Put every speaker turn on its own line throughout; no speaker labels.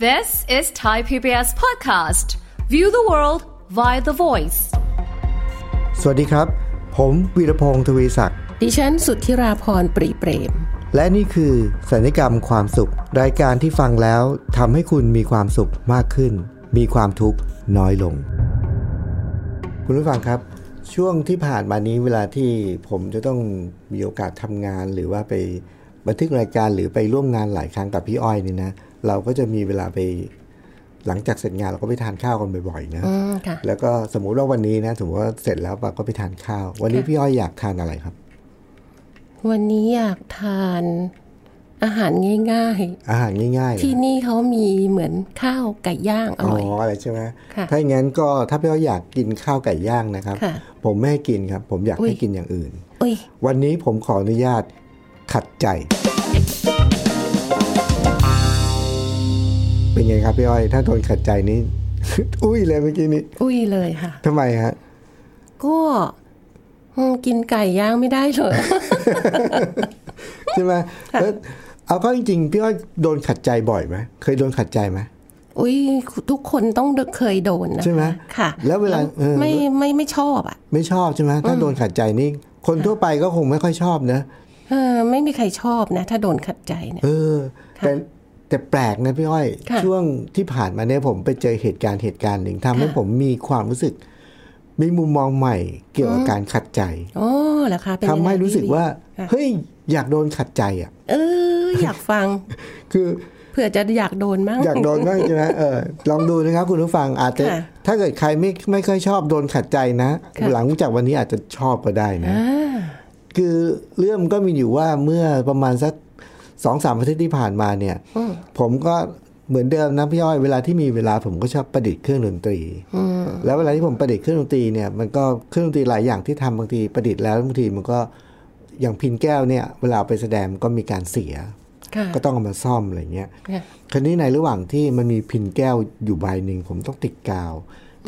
This is Thai PBS Podcast. View the world via the voice.
สวัสดีครับ ผมวีรพงศ์ทวีศักดิ์
ดิฉันสุทธิราพรปรีเปรม
และนี่คือสัญญกรรมความสุข รายการที่ฟังแล้วทำให้คุณมีความสุขมากขึ้น มีความทุกข์น้อยลง คุณผู้ฟังครับ ช่วงที่ผ่านมานี้เวลาที่ผมจะต้องมีโอกาสทำงานหรือว่าไปบันทึกรายการหรือไปร่วมงานหลายครั้งกับพี่อ้อยนี่นะ เราก็จะมีเวลาไปหลังจากเสร็จงานเราก็ไปทานข้าวกันบ่อยๆนะ
อืมค่ะ
แล้วก็สมมุติว่าวันนี้นะสมมติว่าเสร็จแล้วปะก็ไปทานข้าว วันนี้พี่อ้อยอยากทานอะไรครับ
วันนี้อยากทานอาหารง่าย
อาหารง่ายๆ
ๆ
นะ
ที่นี่เขามีเหมือนข้าวไก่ย่างอ
อ๋
ร่อย
ออะไรใช่ไหม
ค่ะ
ถ้าอย่างนั้นก็ถ้าพี่อ้อยอยากกินข้าวไก่ย่างนะครับ
ค่ะ
ผมไม่ให้กินครับ ผมอยาก
อุ๊ย
ให้กินอย่างอื่น
อุ้ย
วันนี้ผมขออนุญาตขัดใจ เป็นไงครับพี่อ้อย ถ้าโดนขัดใจนี้ อุ้ยเลยเมื่อกี้นี้
อุ้ยเลยค่ะ
ทำไมฮะ
ก็อืมกินไก่ย่างไม่ได้เลย
ใช่ไหมแล้วเอาก็จริงๆพี่อ้อยโดนขัดใจบ่อยไหมเคยโดนขัดใจไหม
อุ้ยทุกคนต้องเคยโดนนะ
ใช่ไหม
ค่ะ
แล้วเวลาเออ
ไม่ไม่ไม่ชอบอ่ะ
ไม่ชอบใช่ไหมถ้าโดนขัดใจนี่ คนทั่วไปก็คงไม่ค่อยชอบนะ
เออไม่มีใครชอบนะ ถ้าโดนขัดใจเนี่ย
เออ แต่แต่แปลกนะพี่อ้อย
ค่ะ
ช่วงที่ผ่านมาเนี่ยผมไปเจอเหตุการณ์เหตุการณ์หนึ่งทำให้
ค่ะ
ผมมีความรู้สึก มีมุมมองใหม่เกี่ยวกับการขัดใจ
อ๋อเหรอคะเป็น
ทำ
ยังไง
ให้รู้สึกว่า
ค่ะ
เฮ้ยอยากโดนขัดใจอ่ะ
เอออยากฟัง
คือ
เผื่อจะอยากโดนมั่ง
อยากโดนบ้างใช่ไหมเออลองดูนะครับ คุณผู้ฟังอาจจะ
ค่ะ
ถ้าเกิดใครไม่ไม่ค่อยชอบโดนขัดใจนะ
ค่ะ
หลังจากวันนี้อาจจะชอบก็ได้นะ
อ่า
คือเรื่องก็มีอยู่ว่าเมื่อประมาณสักสองสามอาทิตย์ที่ผ่านมาเนี่ย
อืม
ผมก็เหมือนเดิมนะพี่อ้อยเวลาที่มีเวลาผมก็ชอบประดิษฐ์เครื่องดนตรี
อืม
แล้วเวลาที่ผมประดิษฐ์เครื่องดนตรีเนี่ยมันก็เครื่องดนตรีหลายอย่างที่ทำบางทีประดิษฐ์แล้วบางทีมันก็อย่างพินแก้วเนี่ย เวลาเอาไปแสดงก็มีการเสีย
ค่ะ
ก็ต้องเอามาซ่อมอะไรเงี้ย
ค่ะ
คราวนี้ในระหว่างที่มันมีพินแก้วอยู่ใบหนึ่งผมต้องติดกาว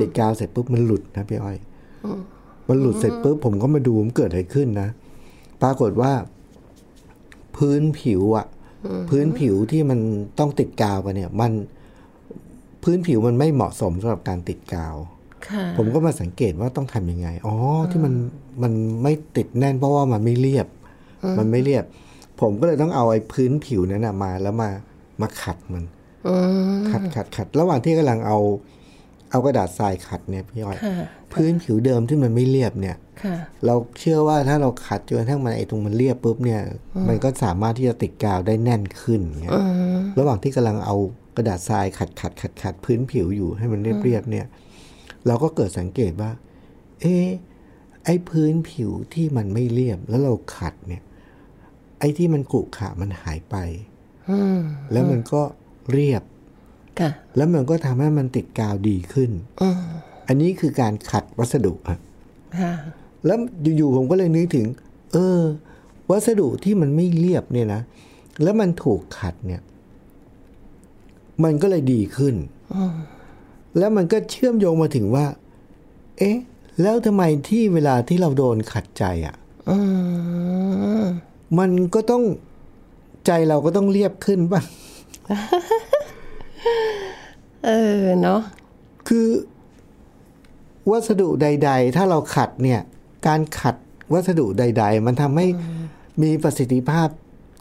ติดกาวเสร็จปุ๊บมันหลุดนะพี่อ้อยมันหลุดเสร็จปุ๊บผมก็มาดูมันเกิดอะไรขึ้นนะปรากฏว่า พื้นผิวอะพื้นผิวที่มันต้องติดกาวกันเนี่ย มันพื้นผิวมันไม่เหมาะสมสำหรับการติดกาว
ค่ะ
ผมก็มาสังเกตว่าต้องทำยังไง อ๋อ ที่มันมันไม่ติดแน่นเพราะว่ามันไม่เรียบ มันไม่เรียบ ผมก็เลยต้องเอาไอ้พื้นผิวนั้นนะมาแล้วมามาขัดมัน
อืม
ขัดขัดขัด ระหว่างที่กำลังเอา เอากระดาษทรายขัดเนี่ยพี่อ้อย
ค่ะ
พื้นผิวเดิมที่มันไม่เรียบเนี่ย
ค่ะ
เราเชื่อว่าถ้าเราขัดจนกระทั่งมันไอ้ตรงมันเรียบปุ๊บเนี่ย มันก็สามารถที่จะติดกาวได้แน่นขึ้นเงี้ย
อืม
ระหว่างที่กำลังเอากระดาษทรายขัดขัดขัดขัดพื้นผิวอยู่ให้มันเรียบเรียบเนี่ย เราก็เกิดสังเกตว่า เอ๊ะไอ้พื้นผิวที่มันไม่เรียบแล้วเราขัดเนี่ย ไอ้ที่มันกรุขระมันหายไป
อืม
แล้วมันก็เรียบ
ค่ะ
แล้วมันก็ทำให้มันติดกาวดีขึ้น
อืม
อันนี้คือการขัดวัสดุอะ
ค่ะ
แล้วอยู่ๆผมก็เลยนึกถึง เออ วัสดุที่มันไม่เรียบเนี่ยนะ แล้วมันถูกขัดเนี่ย มันก็เลยดีขึ้น แล้วมันก็เชื่อมโยงมาถึงว่า เอ๊ะ แล้วทำไมที่เวลาที่เราโดนขัดใจอะ่ะ
อืม
มันก็ต้องใจเราก็ต้องเรียบขึ้นบ้าง
เออเนาะ
คือวัสดุใด ๆ ถ้าเราขัดเนี่ย การขัดวัสดุใด ๆ มันทำให้มีประสิทธิภาพ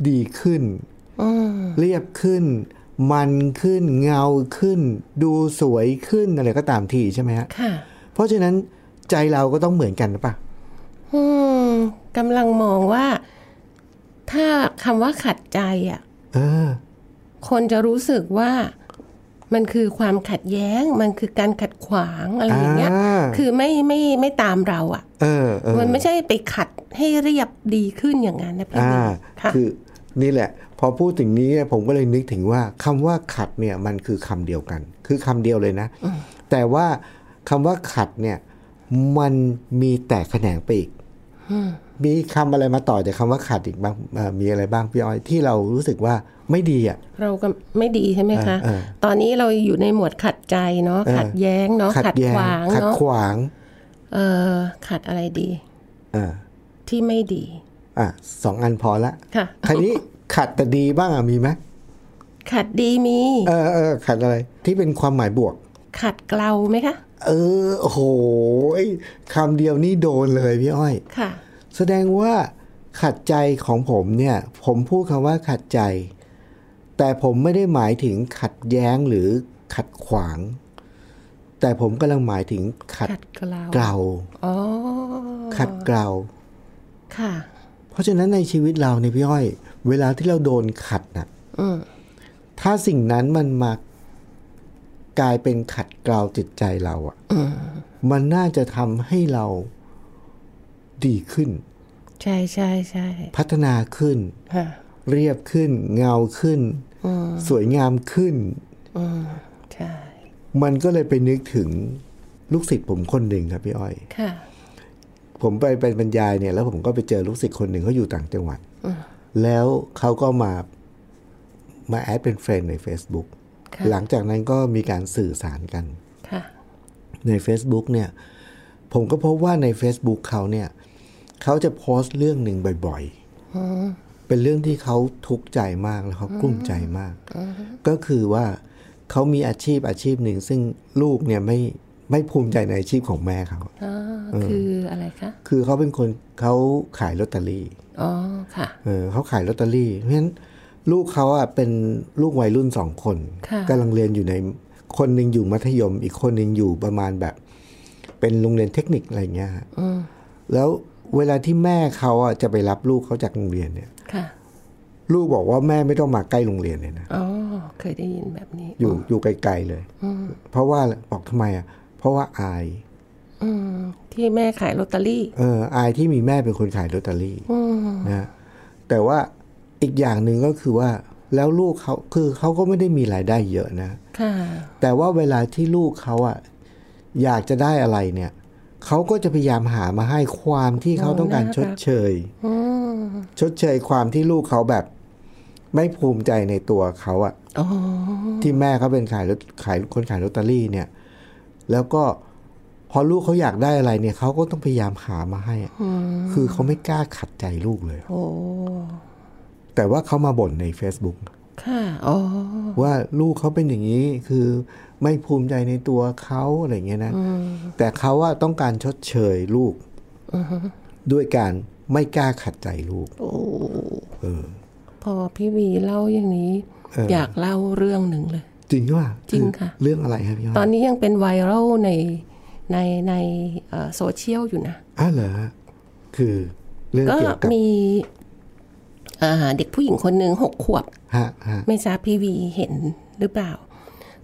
ดีขึ้น
อืม
เรียบขึ้น มันขึ้นเงาขึ้น ดูสวยขึ้นอะไรก็ตามทีใช่ไหมฮะ
ค่ะ
เพราะฉะนั้นใจเราก็ต้องเหมือนกันหรือเปล่ะ
อืมกำลังมองว่า ถ้าคำว่าขัดใจอ่ะ
เออ
คนจะรู้สึกว่ามันคือความขัดแย้ง มันคือการขัดขวางอะไรอย่างเงี้ย
อ่า
คือไม่ไม่ไม่ตามเราอ่ะ
เออเออ
มันไม่ใช่ไปขัดให้เรียบดีขึ้นอย่างนั้นนะพี่
อ่า
บีค่ะ
คือนี่แหละ พอพูดถึงนี้เนี่ยผมก็เลยนึกถึงว่าคำว่าขัดเนี่ยมันคือคำเดียวกัน คือคำเดียวเลยนะ แต่ว่าคำว่าขัดเนี่ย มันมีแต่แขนงไปอีก มีคำอะไรมาต่อจากคำว่าขัดอีกบ้างเอ่อมีอะไรบ้างพี่อ้อยที่เรารู้สึกว่าไม่ดีอ่ะ
เราก็ไม่ดีใช่ไหมคะ
เออเออ
ตอนนี้เราอยู่ในหมวดขัดใจเนาะ
เออ
ขัดแย้งเนาะ ขัด
แย้
ขวาง
ขัด
เนาะ
ขวาง
เออขัดอะไรดี
เออ
ที่ไม่ดี
อ่ะสองอันพอละ
ค่ะ
คราวนี้ขัดแต่ดีบ้างอ่ะมีไหม
ขัดดีมี
เออเออขัดอะไรที่เป็นความหมายบวก
ขัดเกลาไหมคะ
เออโอ้โหไอ้คำเดียวนี่โดนเลยพี่อ้อย
ค่ะ
แสดงว่าขัดใจของผมเนี่ย ผมพูดคำว่าขัดใจ แต่ผมไม่ได้หมายถึงขัดแย้งหรือขัดขวาง แต่ผมกำลังหมายถึงขัด
ขัดเกลา
เกลา
อ๋อ
ขัดเกลา
ค่ะ
เพราะฉะนั้นในชีวิตเราเนี่ยพี่อ้อย เวลาที่เราโดนขัดนะ
อืม
ถ้าสิ่งนั้นมันมากลายเป็นขัดเกลาจิตใจเราอะ่ะมันน่าจะทำให้เราดีขึ้น
ใช่ใช่ใช่
พัฒนาขึ้น
ค่ะ
เรียบขึ้น เงาขึ้น สวยงามขึ้น
อืมใช่
มันก็เลยไปนึกถึงลูกศิษย์ผมคนหนึ่งครับพี่อ้อย
ค่ะ
ผมไปเป็นบรรยายเนี่ยแล้วผมก็ไปเจอลูกศิษย์คนหนึ่งเขาอยู่ต่างจังหวัดแล้วเขาก็มามาแอดเป็นเฟรนด์ใน Facebook
ค่ะ
หลังจากนั้นก็มีการสื่อสารกัน
ค่ะ
ใน Facebook เนี่ย ผมก็พบว่าใน Facebook เขาเนี่ยเขาจะโพสต์เรื่องหนึ่งบ่อยๆ เป็นเรื่องที่เขาทุกข์ใจมากแล้วเขากลุ้มใจมาก ก็คือว่าเขามีอาชีพอาชีพหนึ่ง ซึ่งลูกเนี่ยไม่ไม่ภูมิใจในอาชีพของแม่เขา
อ๋อ คืออะไรคะ
คือเขาเป็นคนเขาขายลอตเตอรี่
อ๋อ ค่ะ
เออเขาขายลอตเตอรี่ เพราะฉะนั้นลูกเขาอ่ะเป็นลูกวัยรุ่นสองคน
ค่ะ
กำลังเรียนอยู่ในคนหนึ่งอยู่มัธยม อีกคนหนึ่งอยู่ประมาณแบบ เป็นโรงเรียนเทคนิคอะไรเงี้ยฮะแล้วเวลาที่แม่เขาอ่ะจะไปรับลูกเขาจากโรงเรียนเนี่ย
ค่ะ
ลูกบอกว่าแม่ไม่ต้องมาใกล้โรงเรียนเลยนะ
อ๋อ เคยได้ยินแบบนี้
อยู่อยู่ไกลๆเลยเพราะว่าบอกทำไมอ่ะเพราะว่าอาย
อืม ที่แม่ขายลอตเตอรี่
เอออายที่มีแม่เป็นคนขายลอตเตอรี่นะฮะแต่ว่าอีกอย่างหนึ่งก็คือว่าแล้วลูกเขาคือเขาก็ไม่ได้มีรายได้เยอะนะ
ค่ะ
แต่ว่าเวลาที่ลูกเขาอะอยากจะได้อะไรเนี่ยเขาก็จะพยายามหามาให้ความที่เขาต้องการ
น่ารัก
ชดเชย
อืม
ชดเชยความที่ลูกเขาแบบ ไม่ภูมิใจในตัวเขาอะ
อ๋อ
ที่แม่เขาเป็นขายรถขายคนขายลอตเตอรี่เนี่ย แล้วก็พอลูกเขาอยากได้อะไรเนี่ยเขาก็ต้องพยายามหามาให้อะคือเขาไม่กล้าขัดใจลูกเลย
โอ้
แต่ว่าเขามาบ่นใน Facebook
ค่ะ อ๋อ
ว่าลูกเขาเป็นอย่างนี้คือไม่ภูมิใจในตัวเขาอะไรเงี้ยนะ แต่เขาว่าต้องการชดเชยลูกด้วยการไม่กล้าขัดใจลูก
โอ้พอพี่วีเล่าอย่างนี้ อยากเล่าเรื่องหนึ่งเลย
จริงใช่ป่ะ
จริงค่ะ
เรื่องอะไรครับพี่อ้อย
ตอนนี้ยังเป็นไวรัลในในในเอ่อโซเชียลอยู่นะ
อ้าวเหรอฮะคือเรื่อง
ก็
เกี่ยวกับ
มีอ่าเด็กผู้หญิงคนหนึ่งหกขวบ
ฮะฮะ
ไม่ทราบพี่วีเห็นหรือเปล่า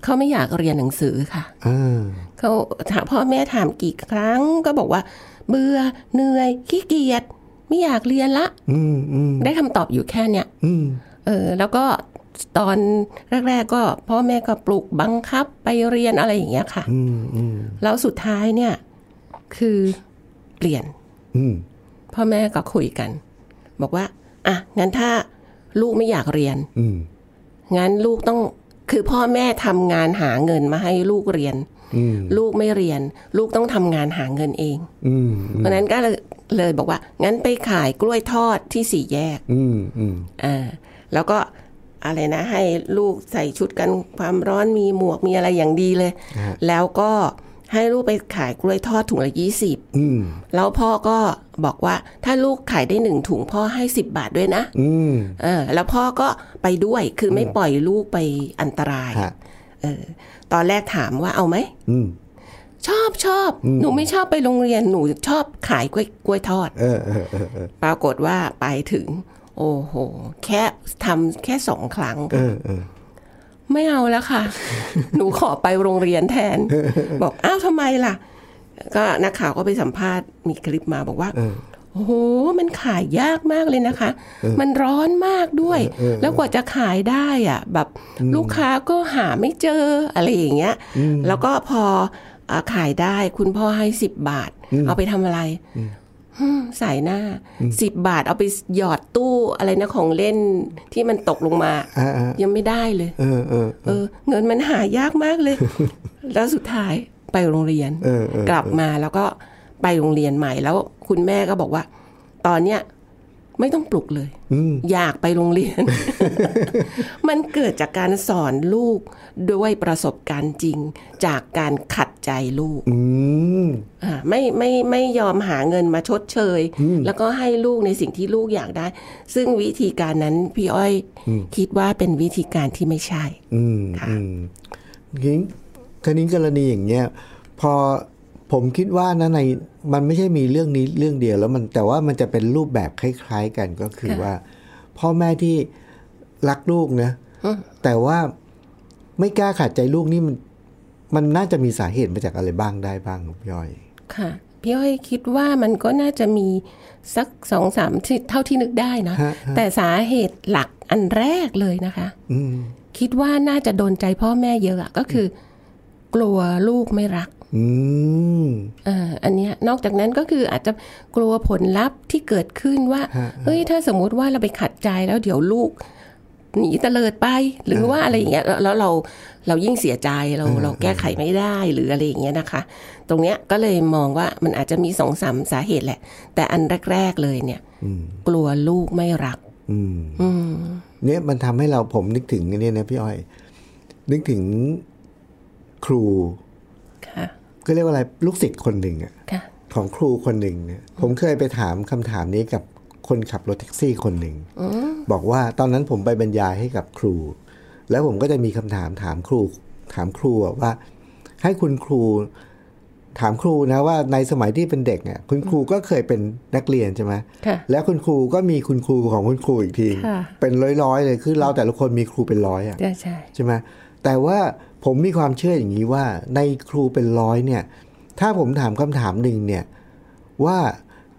เขาไม่อยากเรียนหนังสือค่ะ
อ่า
เขาถามพ่อแม่ถามกี่ครั้งก็บอกว่า เบื่อเหนื่อยขี้เกียจไม่อยากเรียนละ
อืมอืม
ได้คำตอบอยู่แค่เนี้ย
อืม
เออแล้วก็ตอนแรก ๆ ก็พ่อแม่ก็ปลุกบังคับไปเรียนอะไรอย่างเงี้ยค่ะ
อืมอืม
แล้วสุดท้ายเนี่ย คือเปลี่ยน
อืม
พ่อแม่ก็คุยกัน บอกว่า อ่ะงั้นถ้าลูกไม่อยากเรียน
อืม
งั้นลูกต้องคือพ่อแม่ทำงานหาเงินมาให้ลูกเรียน
อืม
ลูกไม่เรียน ลูกต้องทำงานหาเงินเอง
อืม
เพราะนั้นก็เลยเลยบอกว่า งั้นไปขายกล้วยทอดที่สี่แยก
อืมอืม
อ่าแล้วก็อะไรนะให้ลูกใส่ชุดกันความร้อนมีหมวกมีอะไรอย่างดีเลย
ฮะ
แล้วก็ให้ลูกไปขายกล้วยทอดถุงละยี่สิบ
อืม
แล้วพ่อก็บอกว่าถ้าลูกขายได้หนึ่งถุงพ่อให้สิบบาทด้วยนะ
อืม
เออแล้วพ่อก็ไปด้วยคือไม่ปล่อยลูกไปอันตราย
ฮะ
เออตอนแรกถามว่าเอาไหม
อืม
ชอบชอบ หนูไม่ชอบไปโรงเรียนหนูชอบขายกล้วยกล้วยทอด
เออเออเออเออ
ปรากฏว่าไปถึง โอ้โห แค่ทำแค่สองครั้ง
เออเออ
ไม่เอาแล้วค่ะ หนูขอไปโรงเรียนแทน บอกอ้าวทำไมล่ะ ก็นักข่าวก็ไปสัมภาษณ์มีคลิปมาบอกว่า โอ้โห มันขายยากมากเลยนะคะ มันร้อนมากด้วย แล้วกว่าจะขายได้อ่ะ แบบลูกค้าก็หาไม่เจออะไรอย่างเงี้ย แล้วก็พออ่าขายได้คุณพ่อให้สิบบาท เอาไปทำอะไรอืมใส่หน้าสิบบาทเอาไปหยอดตู้อะไรนะของเล่นที่มันตกลงมา
อ่าๆ
ยังไม่ได้เลย
เออเออ
เออเงินมันหายากมาก เลย แล้วสุดท้ายไปโรงเรียน
เออเออ
กลับมาแล้วก็ไปโรงเรียนใหม่แล้วคุณแม่ก็บอกว่า ตอนเนี้ย ไม่ต้องปลุกเลย
อืม
อยากไปโรงเรียน มันเกิดจากการสอนลูกด้วยประสบการณ์จริง จากการขัดใจลูก
อืม
อ่าไม่ไม่ไม่ยอมหาเงินมาชดเชย แล้วก็ให้ลูกในสิ่งที่ลูกอยากได้ ซึ่งวิธีการนั้นพี่อ้อยคิดว่าเป็นวิธีการที่ไม่ใช่
อืม
ค่ะ
อืมทีนี้ทีนี้กรณีอย่างเงี้ย พอผมคิดว่านะในมันไม่ใช่มีเรื่องนี้เรื่องเดียวแล้วมันแต่ว่ามันจะเป็นรูปแบบคล้ายๆกันก็คือว่า พ่อแม่ที่รักลูกนะแต่ว่าไม่กล้าขาดใจลูกนี่มัน มันน่าจะมีสาเหตุมาจากอะไรบ้างได้บ้างครับย่อย
ค่ะพี่อ้อยคิดว่ามันก็น่าจะมีสักสองสามที่เท่าที่นึกได้นะ
ฮะฮะ
แต่สาเหตุหลักอันแรกเลยนะคะ
อืม
คิดว่าน่าจะโดนใจพ่อแม่เยอะอะก็คือ กลัวลูกไม่รัก
อืม
เอ่ออันเนี้ยนอกจากนั้นก็คืออาจจะกลัวผลลัพธ์ที่เกิดขึ้นว่าเฮ้ยถ้าสมมติว่าเราไปขัดใจแล้วเดี๋ยวลูกหนีเตลิดไป หรือว่าอะไรอย่างเงี้ยแล้วแล้วเราเรายิ่งเสียใจเราเราแก้ไขไม่ได้หรืออะไรอย่างเงี้ยนะคะ ตรงเนี้ยก็เลยมองว่ามันอาจจะมีสองสามสาเหตุแหละ แต่อันแรกๆเลยเนี่ย กลัวลูกไม่รัก
อืม
อืม
เนี่ยมันทำให้เราผมนึกถึงอันเนี่ยนะพี่อ้อย นึกถึงครู
ค่ะ
ก็เรียกว่าอะไรลูกศิษย์คนหนึ่งอะ
ค่ะ
ของครูคนหนึ่งเนี่ยผมเคยไปถามคำถามนี้กับคนขับรถแท็กซี่คนหนึ่งบอกว่าตอนนั้นผมไปบรรยายให้กับครู แล้วผมก็จะมีคำถามถามครู ถามครูอะว่า ให้คุณครู ถามครูนะว่าในสมัยที่เป็นเด็กเนี่ยคุณครูก็เคยเป็นนักเรียนใช่ไหม
ค่ะ
แล้วคุณครูก็มีคุณครูของคุณครูอีกที
ค่ะ
เป็นร้อยๆเลยคือเราแต่ละคนมีครูเป็นร้อยอะ
ใช่ใช่
ใช่ไหมแต่ว่าผมมีความเชื่ออย่างนี้ว่าในครูเป็นร้อยเนี่ย ถ้าผมถามคำถามหนึ่งเนี่ย ว่า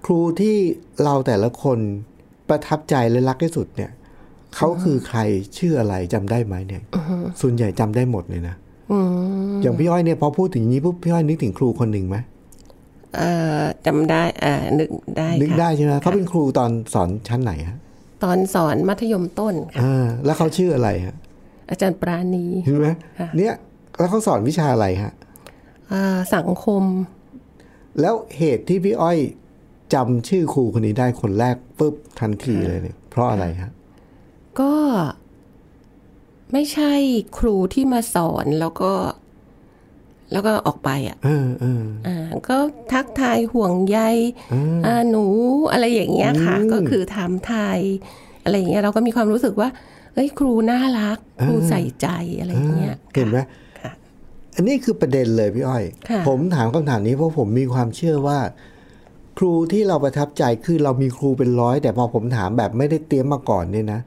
ครูที่เราแต่ละคนประทับใจและรักที่สุดเนี่ยเขาคือใครชื่ออะไรจำได้ไหมเนี่ยส่วนใหญ่จำได้หมดเลยนะ
อืม
อย่างพี่อ้อยเนี่ยพอพูดถึงอย่างนี้ปุ๊บพี่อ้อยนึกถึงครูคนหนึ่งไหม
เอ่อจำได้เอ่อนึกได้
นึก
ค่ะ
ได้ใช่ไหมเขาเป็นครูตอนสอนชั้นไหนฮะ
ตอนสอนมัธยมต้นค่ะ
อ่าแล้วเขาชื่ออะไรฮะ
อาจารย์ปราณี
เห็นไหมเนี่ยแล้วเขาสอนวิชาอะไรฮะ
เอ่อสังคม
แล้วเหตุที่พี่อ้อยจำชื่อครูคนนี้ได้คนแรกปุ๊บทันทีเลยเนี่ย เพราะอะไรฮะ
ก็ไม่ใช่ครูที่มาสอนแล้วก็ แล้วก็ออกไปอ่ะ
เออเออ
อ่าก็ทักทายห่วงใยอ่าหนูอะไรอย่างเงี้ยค่ะ ก็คือถามไทย อะไรอย่างเงี้ยเราก็มีความรู้สึกว่าเอ้ยครูน่ารัก ครูใส่ใจอะไรอย่างเงี้ย
เห็นไหม
ค่ะ
อันนี้คือประเด็นเลยพี่อ้อย
ค่ะ
ผมถามคำถามนี้เพราะผมมีความเชื่อว่า ครูที่เราประทับใจคือเรามีครูเป็นร้อย แต่พอผมถามแบบไม่ได้เตรียมมาก่อนเนี่ยนะ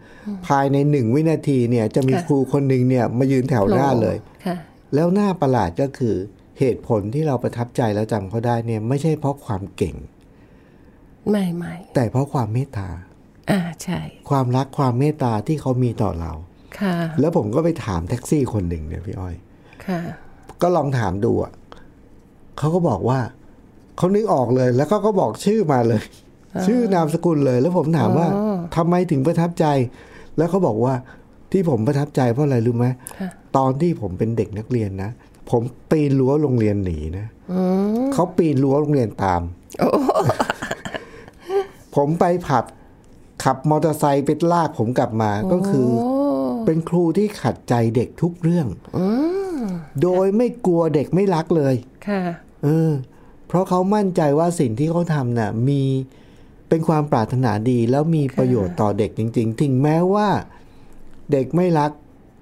ภายในหนึ่งวินาทีเนี่ย จะมีครูคนหนึ่งเนี่ย มายืนแถวหน้าเลย
ค่ะ
แล้วหน้าประหลาดก็คือเหตุผลที่เราประทับใจแล้วจำเขาได้เนี่ย ไม่ใช่เพราะความเก่ง
ไม่ไม่
แต่เพราะความเมตตา
อ่าใช่
ความรักความเมตตาที่เขามีต่อเรา
ค่ะ
แล้วผมก็ไปถามแท็กซี่คนหนึ่งเนี่ยพี่อ้อย
ค่ะ
ก็ลองถามดูอ่ะเขาก็บอกว่า เขานึกออกเลย แล้วเขาก็บอกชื่อมาเลย ชื่อนามสกุลเลย แล้วผมถามว่าทำไมถึงประทับใจ แล้วเขาบอกว่าที่ผมประทับใจเพราะอะไรรู้ไหมตอนที่ผมเป็นเด็กนักเรียนนะผมปีนรั้วโรงเรียนหนีนะเขาปีนรั้วโรงเรียนตาม ผมไปผับขับมอเตอร์ไซค์ไปลากผมกลับมาก็คือ เป็นครูที่ขัดใจเด็กทุกเรื่องโดยไม่กลัวเด็กไม่รักเลย
ค่ะ
เออ เพราะเขามั่นใจว่าสิ่งที่เขาทำน่ะ มีเป็นความปรารถนาดี แล้วมีประโยชน์ต่อเด็กจริงๆถึงแม้ว่า เด็กไม่รัก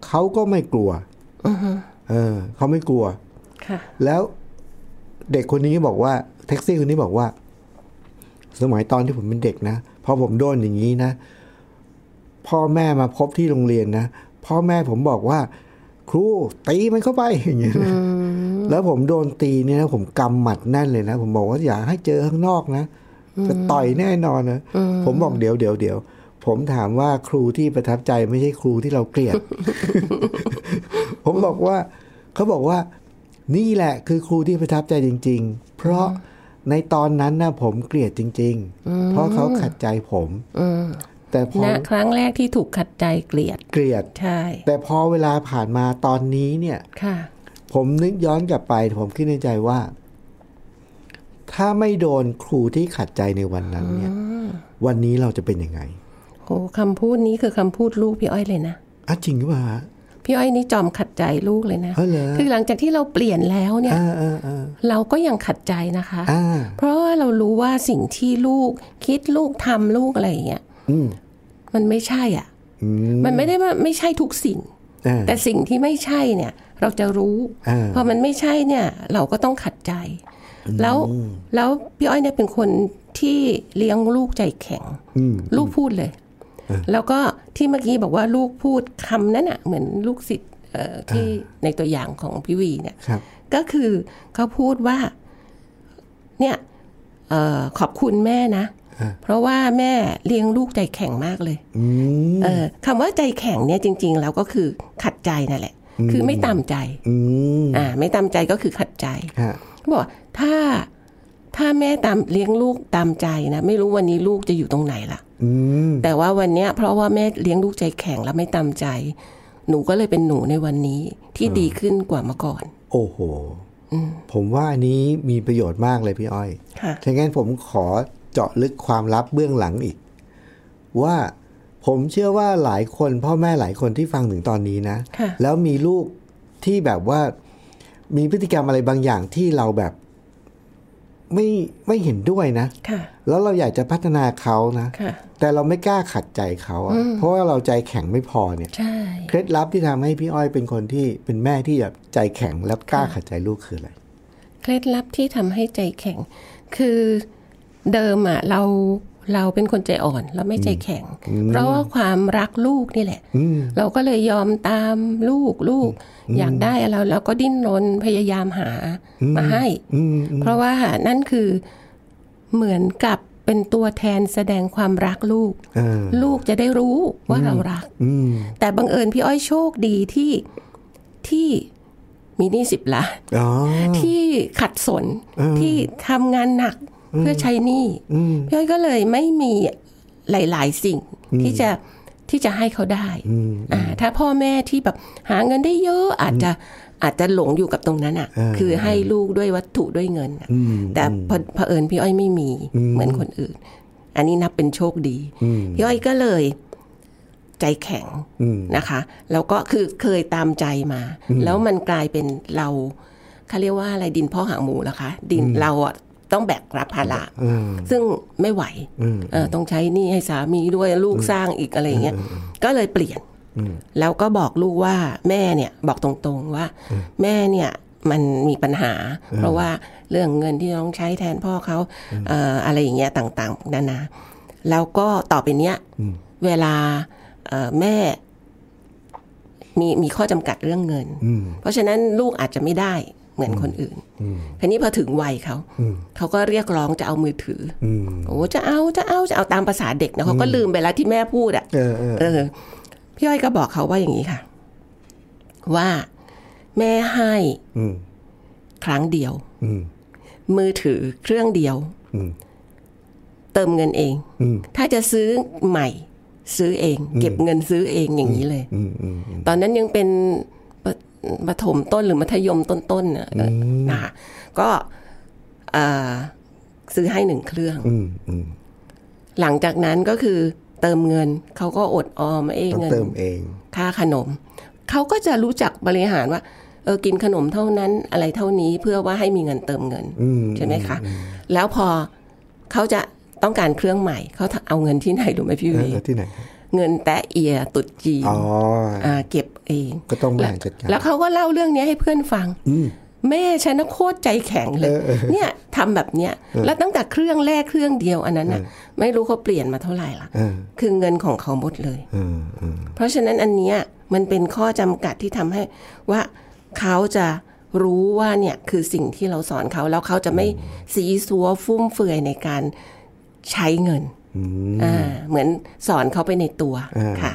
เขาก็ไม่กลัวเออ เขาไม่กลัว
ค่ะ
แล้วเด็กคนนี้บอกว่าแท็กซี่คนนี้บอกว่า สมัยตอนที่ผมเป็นเด็กนะพอผมโดนอย่างนี้นะ พ่อแม่มาพบที่โรงเรียนนะพ่อแม่ผมบอกว่า ครูตีมันเข้าไปอย่างเงี้ยนะแล้วผมโดนตีเนี่ยนะผมกำหมัดแน่นเลยนะผมบอกว่าอย่าให้เจอข้างนอกนะจะต่อยแน่นอนนะผมบอกเดี๋ยวเดี๋ยวเดี๋ยวผมถามว่าครูที่ประทับใจไม่ใช่ครูที่เราเก ลียด ผมบอกว่าเขาบอกว่า นี่แหละคือครูที่ประทับใจจริง ๆ เพราะในตอนนั้นนะผมเกลียดจริง ๆ เพราะเขาขัดใจผม แต่พอ
ณครั้งแรกที่ถูกขัดใจเกลียด
เกลียด
ใช่
แต่พอเวลาผ่านมาตอนนี้เนี่ย
ค่ะ
ผมนึกย้อนกลับไป ผมคิดในใจว่า ถ้าไม่โดนครูที่ขัดใจในวันนั้นเนี่ยวันนี้เราจะเป็นยังไง
โอ้คำพูดนี้คือคำพูดลูกพี่อ้อยเลยนะ
อ่ะจริงหรือเปล่าฮะ
พี่อ้อยนี่จอมขัดใจลูกเลยนะ
อ๋อเหรอ
คือหลังจากที่เราเปลี่ยนแล้วเนี่ย
อ่าอ่าอ่า
เราก็ยังขัดใจนะคะ
อ่า
เพราะว่าเรารู้ว่าสิ่งที่ลูกคิดลูกทำลูกอะไรอย่างเงี้ย
อืม
มันไม่ใช่อ่ะ
อืม
มันไม่ได้ว่าไม่ใช่ทุกสิ่ง
อ่า
แต่สิ่งที่ไม่ใช่เนี่ย เราจะรู้
เออ
พอมันไม่ใช่เนี่ย เราก็ต้องขัดใจ แล้วแล้วพี่อ้อยเนี่ยเป็นคนที่เลี้ยงลูกใจแข็ง
อืม
ลูกพูดเลย แล้วก็ที่เมื่อกี้บอกว่าลูกพูดคำนั้นอ่ะ เหมือนลูกศิษย์เอ่อที่ในตัวอย่างของพี่วีเนี่ย
ครับ
ก็คือเขาพูดว่า เนี่ยเออขอบคุณแม่นะ เพราะว่าแม่เลี้ยงลูกใจแข็งมากเลย
อืม
เออคำว่าใจแข็งเนี่ยจริง ๆ แล้วก็คือขัดใจนั่นแหละ คือไม่ตามใจ
อืม
อ่า ไม่ตามใจก็คือขัดใจ
ฮะ
เขาบอกว่าถ้าถ้าแม่ตามเลี้ยงลูกตามใจนะไม่รู้วันนี้ลูกจะอยู่ตรงไหนล่ะ
อืม
แต่ว่าวันเนี้ยเพราะว่าแม่เลี้ยงลูกใจแข็งแล้วไม่ตามใจ หนูก็เลยเป็นหนูในวันนี้ที่ดีขึ้นกว่าเมื่อก่อน
โอ้โหผมว่าอันนี้มีประโยชน์มากเลยพี่อ้อย
ค่ะ
ถ้างั้นผมขอเจาะลึกความลับเบื้องหลังอีก ว่าผมเชื่อว่าหลายคนพ่อแม่หลายคนที่ฟังถึงตอนนี้นะ
ค่ะ
แล้วมีลูกที่แบบว่ามีพฤติกรรมอะไรบางอย่างที่เราแบบ ไม่ไม่เห็นด้วยนะ
ค่ะ
แล้วเราอยากจะพัฒนาเขานะ
ค่ะ
แต่เราไม่กล้าขัดใจเขาอะเพราะว่าเราใจแข็งไม่พอเนี่ย
ใช่
เคล็ดลับที่ทำให้พี่อ้อยเป็นคนที่เป็นแม่ที่แบบใจแข็งและกล้าขัดใจลูกคืออะไร
เคล็ดลับที่ทำให้ใจแข็ง คือเดิมอ่ะเราเราเป็นคนใจอ่อน เราไม่ใจแข็ง เพราะว่าความรักลูกนี่แหละ เราก็เลยยอมตามลูกลูก อยากได้อะไรเราก็ดิ้นรนพยายามหามาให้
อืมอืม
เพราะว่านั่นคือเหมือนกับเป็นตัวแทนแสดงความรักลูก
เออ
ลูกจะได้รู้ว่าเรารัก
อืม
แต่บังเอิญพี่อ้อยโชคดีที่ที่มีหนี้สิบล้าน
อ๋อ
ที่ขัดสนที่ทำงานหนักเพื่อใช้หนี้พี่อ้อยก็เลยไม่มีหลาย ๆ สิ่งที่จะที่จะให้เขาได้อ่าถ้าพ่อแม่ที่แบบหาเงินได้เยอะอาจจะอาจจะหลงอยู่กับตรงนั้นอ่ะ
เออ
คือให้ลูกด้วยวัตถุด้วยเงินน่ะแต่พอเผอิญพี่อ้อยไม่มีเหมือนคนอื่น อันนี้นับเป็นโชคดีพี่อ้อยก็เลย ใจแข็ง
อืม
นะคะ แล้วก็คือเคยตามใจมา แล้วมันกลายเป็นเราเขาเรียกว่าอะไรดินพ่อหางหมูเหรอคะ ดินเราอ่ะต้องแบกรับภาระซึ่งไม่ไหวเออต้องใช้หนี่ให้สามีด้วยลูกสร้างอีกอะไรอย่างเงี้ยก็เลยเปลี่ยน แล้วก็บอกลูกว่าแม่เนี่ยบอกตรงๆว่า แม่เนี่ยมันมีปัญหา เพราะว่าเรื่องเงินที่ต้องใช้แทนพ่อเขาเอ่ออะไรอย่างเงี้ยต่างๆนานาแล้วก็ต่อไปเนี้ยเวลาเอ่อแม่ มีมีข้อจำกัดเรื่องเงิน เพราะฉะนั้นลูกอาจจะไม่ได้เหมือนคนอื่นทีนี้พอถึงวัยเขาเขาก็เรียกร้องจะเอามือถืออโอ้จะเอาจะเอาจะเอาตามภาษาเด็กนะเขาก็ลืมไปแล้วที่แม่พูดอ่ะ
เออเออ
เออพี่อ้อยก็บอกเขาว่าอย่างนี้ค่ะ ว่าแม่ให้
อืม
ครั้งเดียว
อืม
มือถือเครื่องเดียว
อืม
เติมเงินเอง
อืม
ถ้าจะซื้อใหม่ ซื้อเอง เก็บเงินซื้อเองอย่างนี้เลย
อืมอืมอืม
ตอนนั้นยังเป็นปประถมต้นหรือมัธยมต้นๆน่ะเอออนะคะก็เอ่อซื้อให้หนึ่งเครื่อง
อืมอืม
หลังจากนั้นก็คือเติมเงินเขาก็อดออมเอง
ต้อง
เงิน
เติมเอง
ค่าขนม เขาก็จะรู้จักบริหารว่าเออกินขนมเท่านั้นอะไรเท่านี้เพื่อว่าให้มีเงินเติมเงิน
อืม
ใช่ไหมคะ แล้วพอเขาจะต้องการเครื่องใหม่ เขาเอาเงินที่ไหนรู้ไหมพี่
เออ
วี
เออที่ไหน
เงินแตะเอียตุดจีน
อ๋ออ่ะ
าเก็บเอง
ก็ต้องบริหารจัดการ
แล้วเขาก็เล่าเรื่องนี้ให้เพื่อนฟัง แม่ฉันนะโคตรใจแข็งเลย เนี่ยทำแบบเนี้ย แล้วตั้งแต่เครื่องแรกเครื่องเดียวอันนั้นน่ะ ไม่รู้เขาเปลี่ยนมาเท่าไหร่ละ
เออ
คือเงินของเขาหมดเลย
เออเออ
เพราะฉะนั้นอันเนี้ยมันเป็นข้อจำกัดที่ทำให้ว่าเขาจะรู้ว่าเนี่ยคือสิ่งที่เราสอนเขาแล้วเขาจะไม่ซีซัวฟุ่มเฟือยในการใช้เงินอ่าเหมือนสอนเขาไปในตัวค่ะ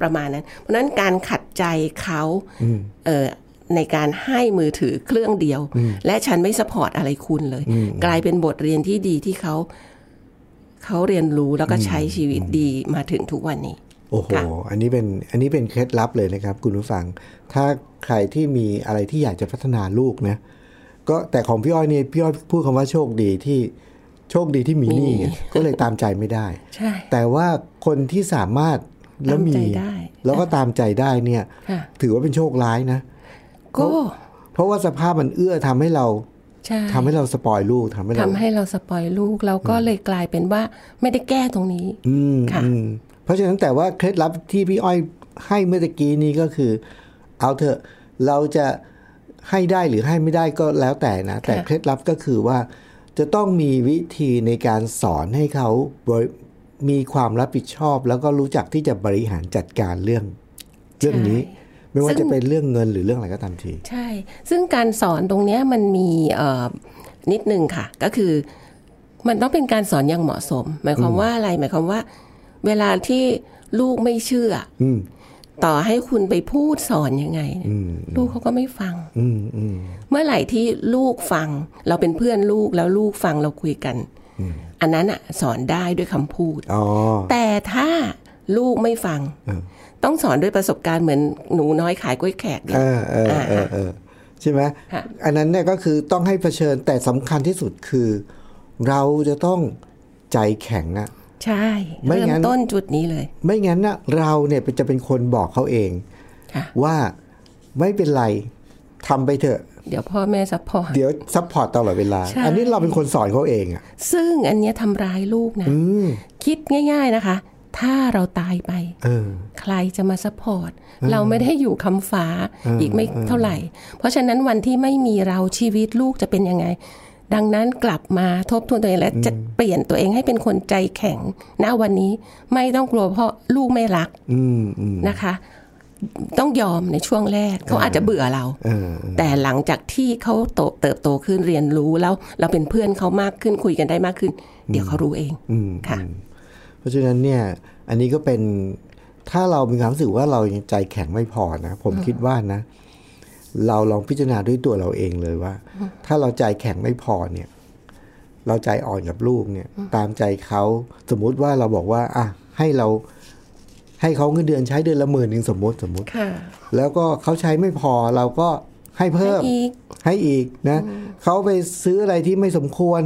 ประมาณนั้น เพราะฉะนั้นการขัดใจเขาเอ่อในการให้มือถือเครื่องเดียว และฉันไม่สปอร์ตอะไรคุณเลย กลายเป็นบทเรียนที่ดีที่เขาเขาเรียนรู้แล้วก็ใช้ชีวิตดีมาถึงทุกวันนี้
โอ้โห
ค่ะ
อันนี้เป็นอันนี้เป็นเคล็ดลับเลยนะครับ คุณผู้ฟัง ถ้าใครที่มีอะไรที่อยากจะพัฒนาลูกนะ ก็แต่ของพี่อ้อยนี่พี่อ้อยพูดคำว่าโชคดีที่โชคดีที่มีหนี้ไงก็เลยตามใจไม่ได้
ใช่
แต่ว่าคนที่สามารถแล้วมี
ตามใจได้
แล้วก็ตามใจได้เนี่ย
ค่ะ
ถือว่าเป็นโชคร้ายนะ
ก็
เพราะว่าสภาพมันเอื้อทำให้เรา
ใช่
ทำให้เราสปอยลูกทำให้เรา
ทำให้เราสปอยลูกเราก็เลยกลายเป็นว่าไม่ได้แก้ตรงนี้
อืม
ค่ะ
อืมเพราะฉะนั้นแต่ว่าเคล็ดลับที่พี่อ้อยให้เมื่อตะกี้นี้ก็คือ เอาเถอะเราจะให้ได้หรือให้ไม่ได้ก็แล้วแต่นะ แต่เคล็ดลับก็คือว่า จะต้องมีวิธีในการสอนให้เขาบริมีความรับผิดชอบ แล้วก็รู้จักที่จะบริหารจัดการเรื่อง เรื่องนี้ ไม่ว่าจะเป็นเรื่องเงินหรือเรื่องอะไรก็ตามที
ใช่ ซึ่งการสอนตรงเนี้ยมันมีเอ่อนิดนึงค่ะ ก็คือมันต้องเป็นการสอนอย่างเหมาะสม หมายความว่าอะไร หมายความว่า เวลาที่ลูกไม่เชื่ออ
ม
ต่อให้คุณไปพูดสอนยังไงเนี่ยลูกเขาก็ไม่ฟัง
อืมอืม
เมื่อไหร่ที่ลูกฟัง เราเป็นเพื่อนลูกแล้วลูกฟังเราคุยกัน อันนั้นอ่ะสอนได้ด้วยคำพูด
อ๋อ
แต่ถ้าลูกไม่ฟัง ต้องสอนด้วยประสบการณ์เหมือนหนูน้อยขายกล้วยแขกเนี่ย
เออเออเออเออใช่ไหม
ค่ะ
อันนั้นเนี่ยก็คือต้องให้เผชิญแต่สำคัญที่สุดคือ เราจะต้องใจแข็งอะ
ใช่
ไม่
เริ่ม
งั้น
ต้นจุดนี้เลย
ไม่งั้นนะเราเนี่ยจะเป็นคนบอกเขาเอง
ค่ะ
ว่าไม่เป็นไรทำไปเถอะ
เดี๋ยวพ่อแม่ซัพพอร์ต
เดี๋ยวซัพพอร์ตตลอดเวลา
ใช่
อันนี้เราเป็นคนสอนเขาเองอะ
ซึ่งอันเนี้ยทำร้ายลูกนะ
อืม
คิดง่าย ๆนะคะ ถ้าเราตายไป
เออ
ใครจะมาซัพพอร์ต เราไม่ได้อยู่คำฟ้าอีกไม่เท่าไหร่ เพราะฉะนั้นวันที่ไม่มีเราชีวิตลูกจะเป็นยังไง ดังนั้นกลับมาทบทวนตัวเองและจะเปลี่ยนตัวเองให้เป็นคนใจแข็งณวันนี้ไม่ต้องกลัวเพราะลูกไม่รัก
อืมอืม
นะคะ ต้องยอมในช่วงแรก เขาอาจจะเบื่อเรา
เออเออ
แต่หลังจากที่เขาโตเติบโตขึ้นเรียนรู้แล้ว เราเป็นเพื่อนเขามากขึ้นคุยกันได้มากขึ้น เดี๋ยวเขารู้เอง
อืม
ค่ะ
เพราะฉะนั้นเนี่ย อันนี้ก็เป็นถ้าเรามีความรู้สึกว่าเรายังใจแข็งไม่พอนะ ผมคิดว่านะ เราลองพิจารณาด้วยตัวเราเองเลยว่า ถ้าเราใจแข็งไม่พอเนี่ย เราใจอ่อนกับลูกเนี่ย ตามใจเขาสมมุติว่าเราบอกว่าอ่ะให้เรา ให้เขาเงินเดือนใช้เดือนละหมื่นหนึ่งสมมติสมมติ
ค่ะ
แล้วก็เขาใช้ไม่พอเราก็ให้เพิ่ม
ให้อีก
ให้อีกนะเขาไปซื้ออะไรที่ไม่สมควร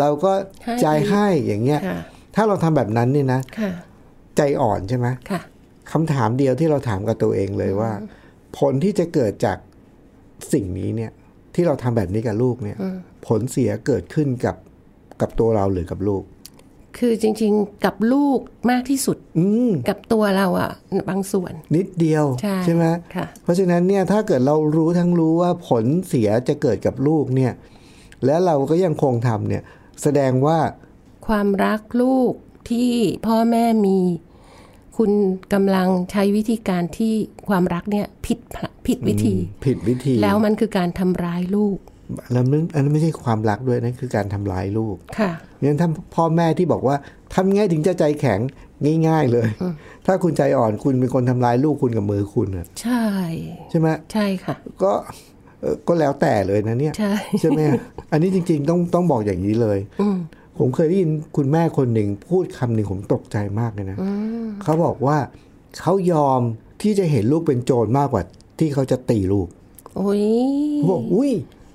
เราก็
ให้
จ่าย
อีก
ให้อย่างเงี้ย
ค่ะ
ถ้าเราทำแบบนั้นเนี่ยนะ
ค่ะ
ใจอ่อนใช่ไหม
ค่ะ
คำถามเดียวที่เราถามกับตัวเองเลยว่า ผลที่จะเกิดจากสิ่งนี้เนี่ย ที่เราทำแบบนี้กับลูกเนี่ย ผลเสียเกิดขึ้นกับกับตัวเราหรือกับลูก
คือจริงๆกับลูกมากที่สุด
อืม
กับตัวเราอะบางส่วน
นิดเดียว
ใช่
ไหม
ค่ะ
เพราะฉะนั้นเนี่ยถ้าเกิดเรารู้ทั้งรู้ว่าผลเสียจะเกิดกับลูกเนี่ย และเราก็ยังคงทำเนี่ย แสดงว่า
ความรักลูกที่พ่อแม่มี คุณกำลังใช้วิธีการที่ความรักเนี่ยผิดพลาผิดวิธี
ผิดวิธี
แล้วมันคือการทำร้ายลูก
แล้วมันอันนั้นไม่ใช่ความรักด้วยนั่นคือการทำร้ายลูก
ค่ะ
งั้นถ้าพ่อแม่ที่บอกว่าทำไงถึงจะใจแข็งง่าย ๆเลย ถ้าคุณใจอ่อนคุณเป็นคนทำร้ายลูกคุณกับมือคุณอะ
ใช่
ใช่ไหม
ใช่ค่ะ
ก็เอ่อก็แล้วแต่เลยนะเนี่ย
ใช่
ใช่ไหมอันนี้จริงๆต้องต้องบอกอย่างนี้เลยผมเคยได้ยินคุณแม่คนหนึ่งพูดคำหนึ่งผมตกใจมากเลยนะเขาบอกว่าเขายอมที่จะเห็นลูกเป็นโจรมากกว่า ที่เขาจะตีลูก
โอ้ย
ผมบอกอุ้ย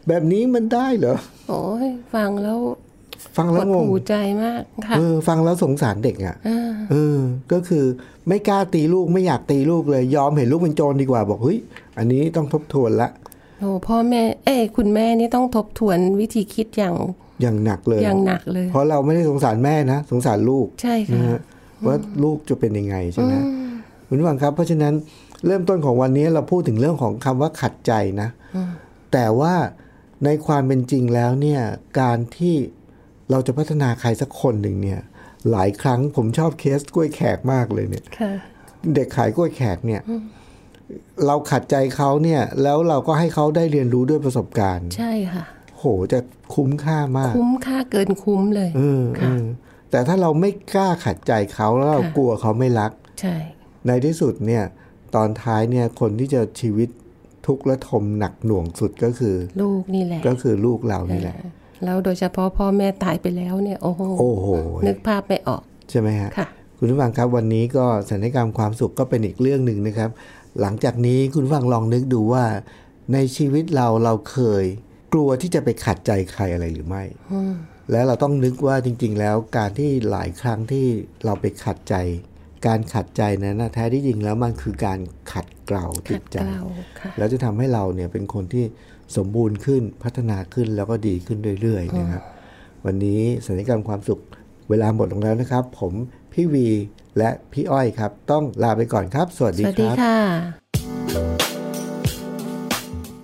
แบบนี้มันได้เหรอ
โอ้ยฟังแล้ว
ฟัง
ป
แล้ว ว
ด
งง
หูใจมากค่ะ
เออฟังแล้วสงสารเด็กอ่ะเออ ก็คือไม่กล้าตีลูกไม่อยากตีลูกเลย ยอมเห็นลูกเป็นโจรดีกว่าบอกเฮ้ยอันนี้ต้องทบทวนละ
โอ้พ่อแม่ เอ้ยคุณแม่นี่ต้องทบทวนวิธีคิดอย่าง
อย่างหนักเลย
อย่างหนักเลย
เพราะเราไม่ได้สงสารแม่นะ สงสารลูก
ใช่
นะ
ค่ะ
ฮะว่าลูกจะเป็นยังไงใช่ไหมคุณผู้ฟังครับ เพราะฉะนั้นเริ่มต้นของวันนี้เราพูดถึงเรื่องของคำว่าขัดใจนะ แต่ว่าในความเป็นจริงแล้วเนี่ย การที่เราจะพัฒนาใครสักคนหนึ่งเนี่ย หลายครั้งผมชอบเคสกล้วยแขกมากเลยเนี่ย
ค่ะ
เด็กขายกล้วยแขกเนี่ย เราขัดใจเขาเนี่ย แล้วเราก็ให้เขาได้เรียนรู้ด้วยประสบการณ์
ใช่ค่ะ
โหจะคุ้มค่ามาก
คุ้มค่าเกินคุ้มเลย
เออเออแต่ถ้าเราไม่กล้าขัดใจเขาแล้วเรา
ค่ะ
กลัวเขาไม่รัก
ใช่
ในที่สุดเนี่ย ตอนท้ายเนี่ยคนที่จะชีวิตทุกข์และทมหนักหน่วงสุดก็คือ
ลูกนี่แหละ
ก็คือลูกเรานี่แหละ
แล้วโดยเฉพาะพ่อแม่ตายไปแล้วเนี่ย โอ้โห
โอ้โห
นึกภาพไม่ออก
ใช่ไหมฮะ
ค่ะ
คุณผู้ฟังครับวันนี้ก็สัญญกรรมความสุขก็เป็นอีกเรื่องหนึ่งนะครับ หลังจากนี้คุณผู้ฟังลองนึกดูว่า ในชีวิตเราเราเคย กลัวที่จะไปขัดใจใครอะไรหรือไม่ แล้วเราต้องนึกว่าจริง ๆ แล้วการที่หลายครั้งที่เราไปขัดใจ การขัดใจนั้นนะแท้ที่จริงแล้วมันคือการขัดเกลาจิตใจ
ขัดเกลาค่ะ
แล้วจะทำให้เราเนี่ยเป็นคนที่สมบูรณ์ขึ้นพัฒนาขึ้นแล้วก็ดีขึ้นเรื่อยๆนะครับ วันนี้สัญญกรรมความสุขเวลาหมดลงแล้วนะครับ ผมพี่วีและพี่อ้อยครับ ต้องลาไปก่อนครับ สวัส
ส
ดี
วัส
ค
ดี
รับ
ค่ะ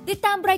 ติดตามรา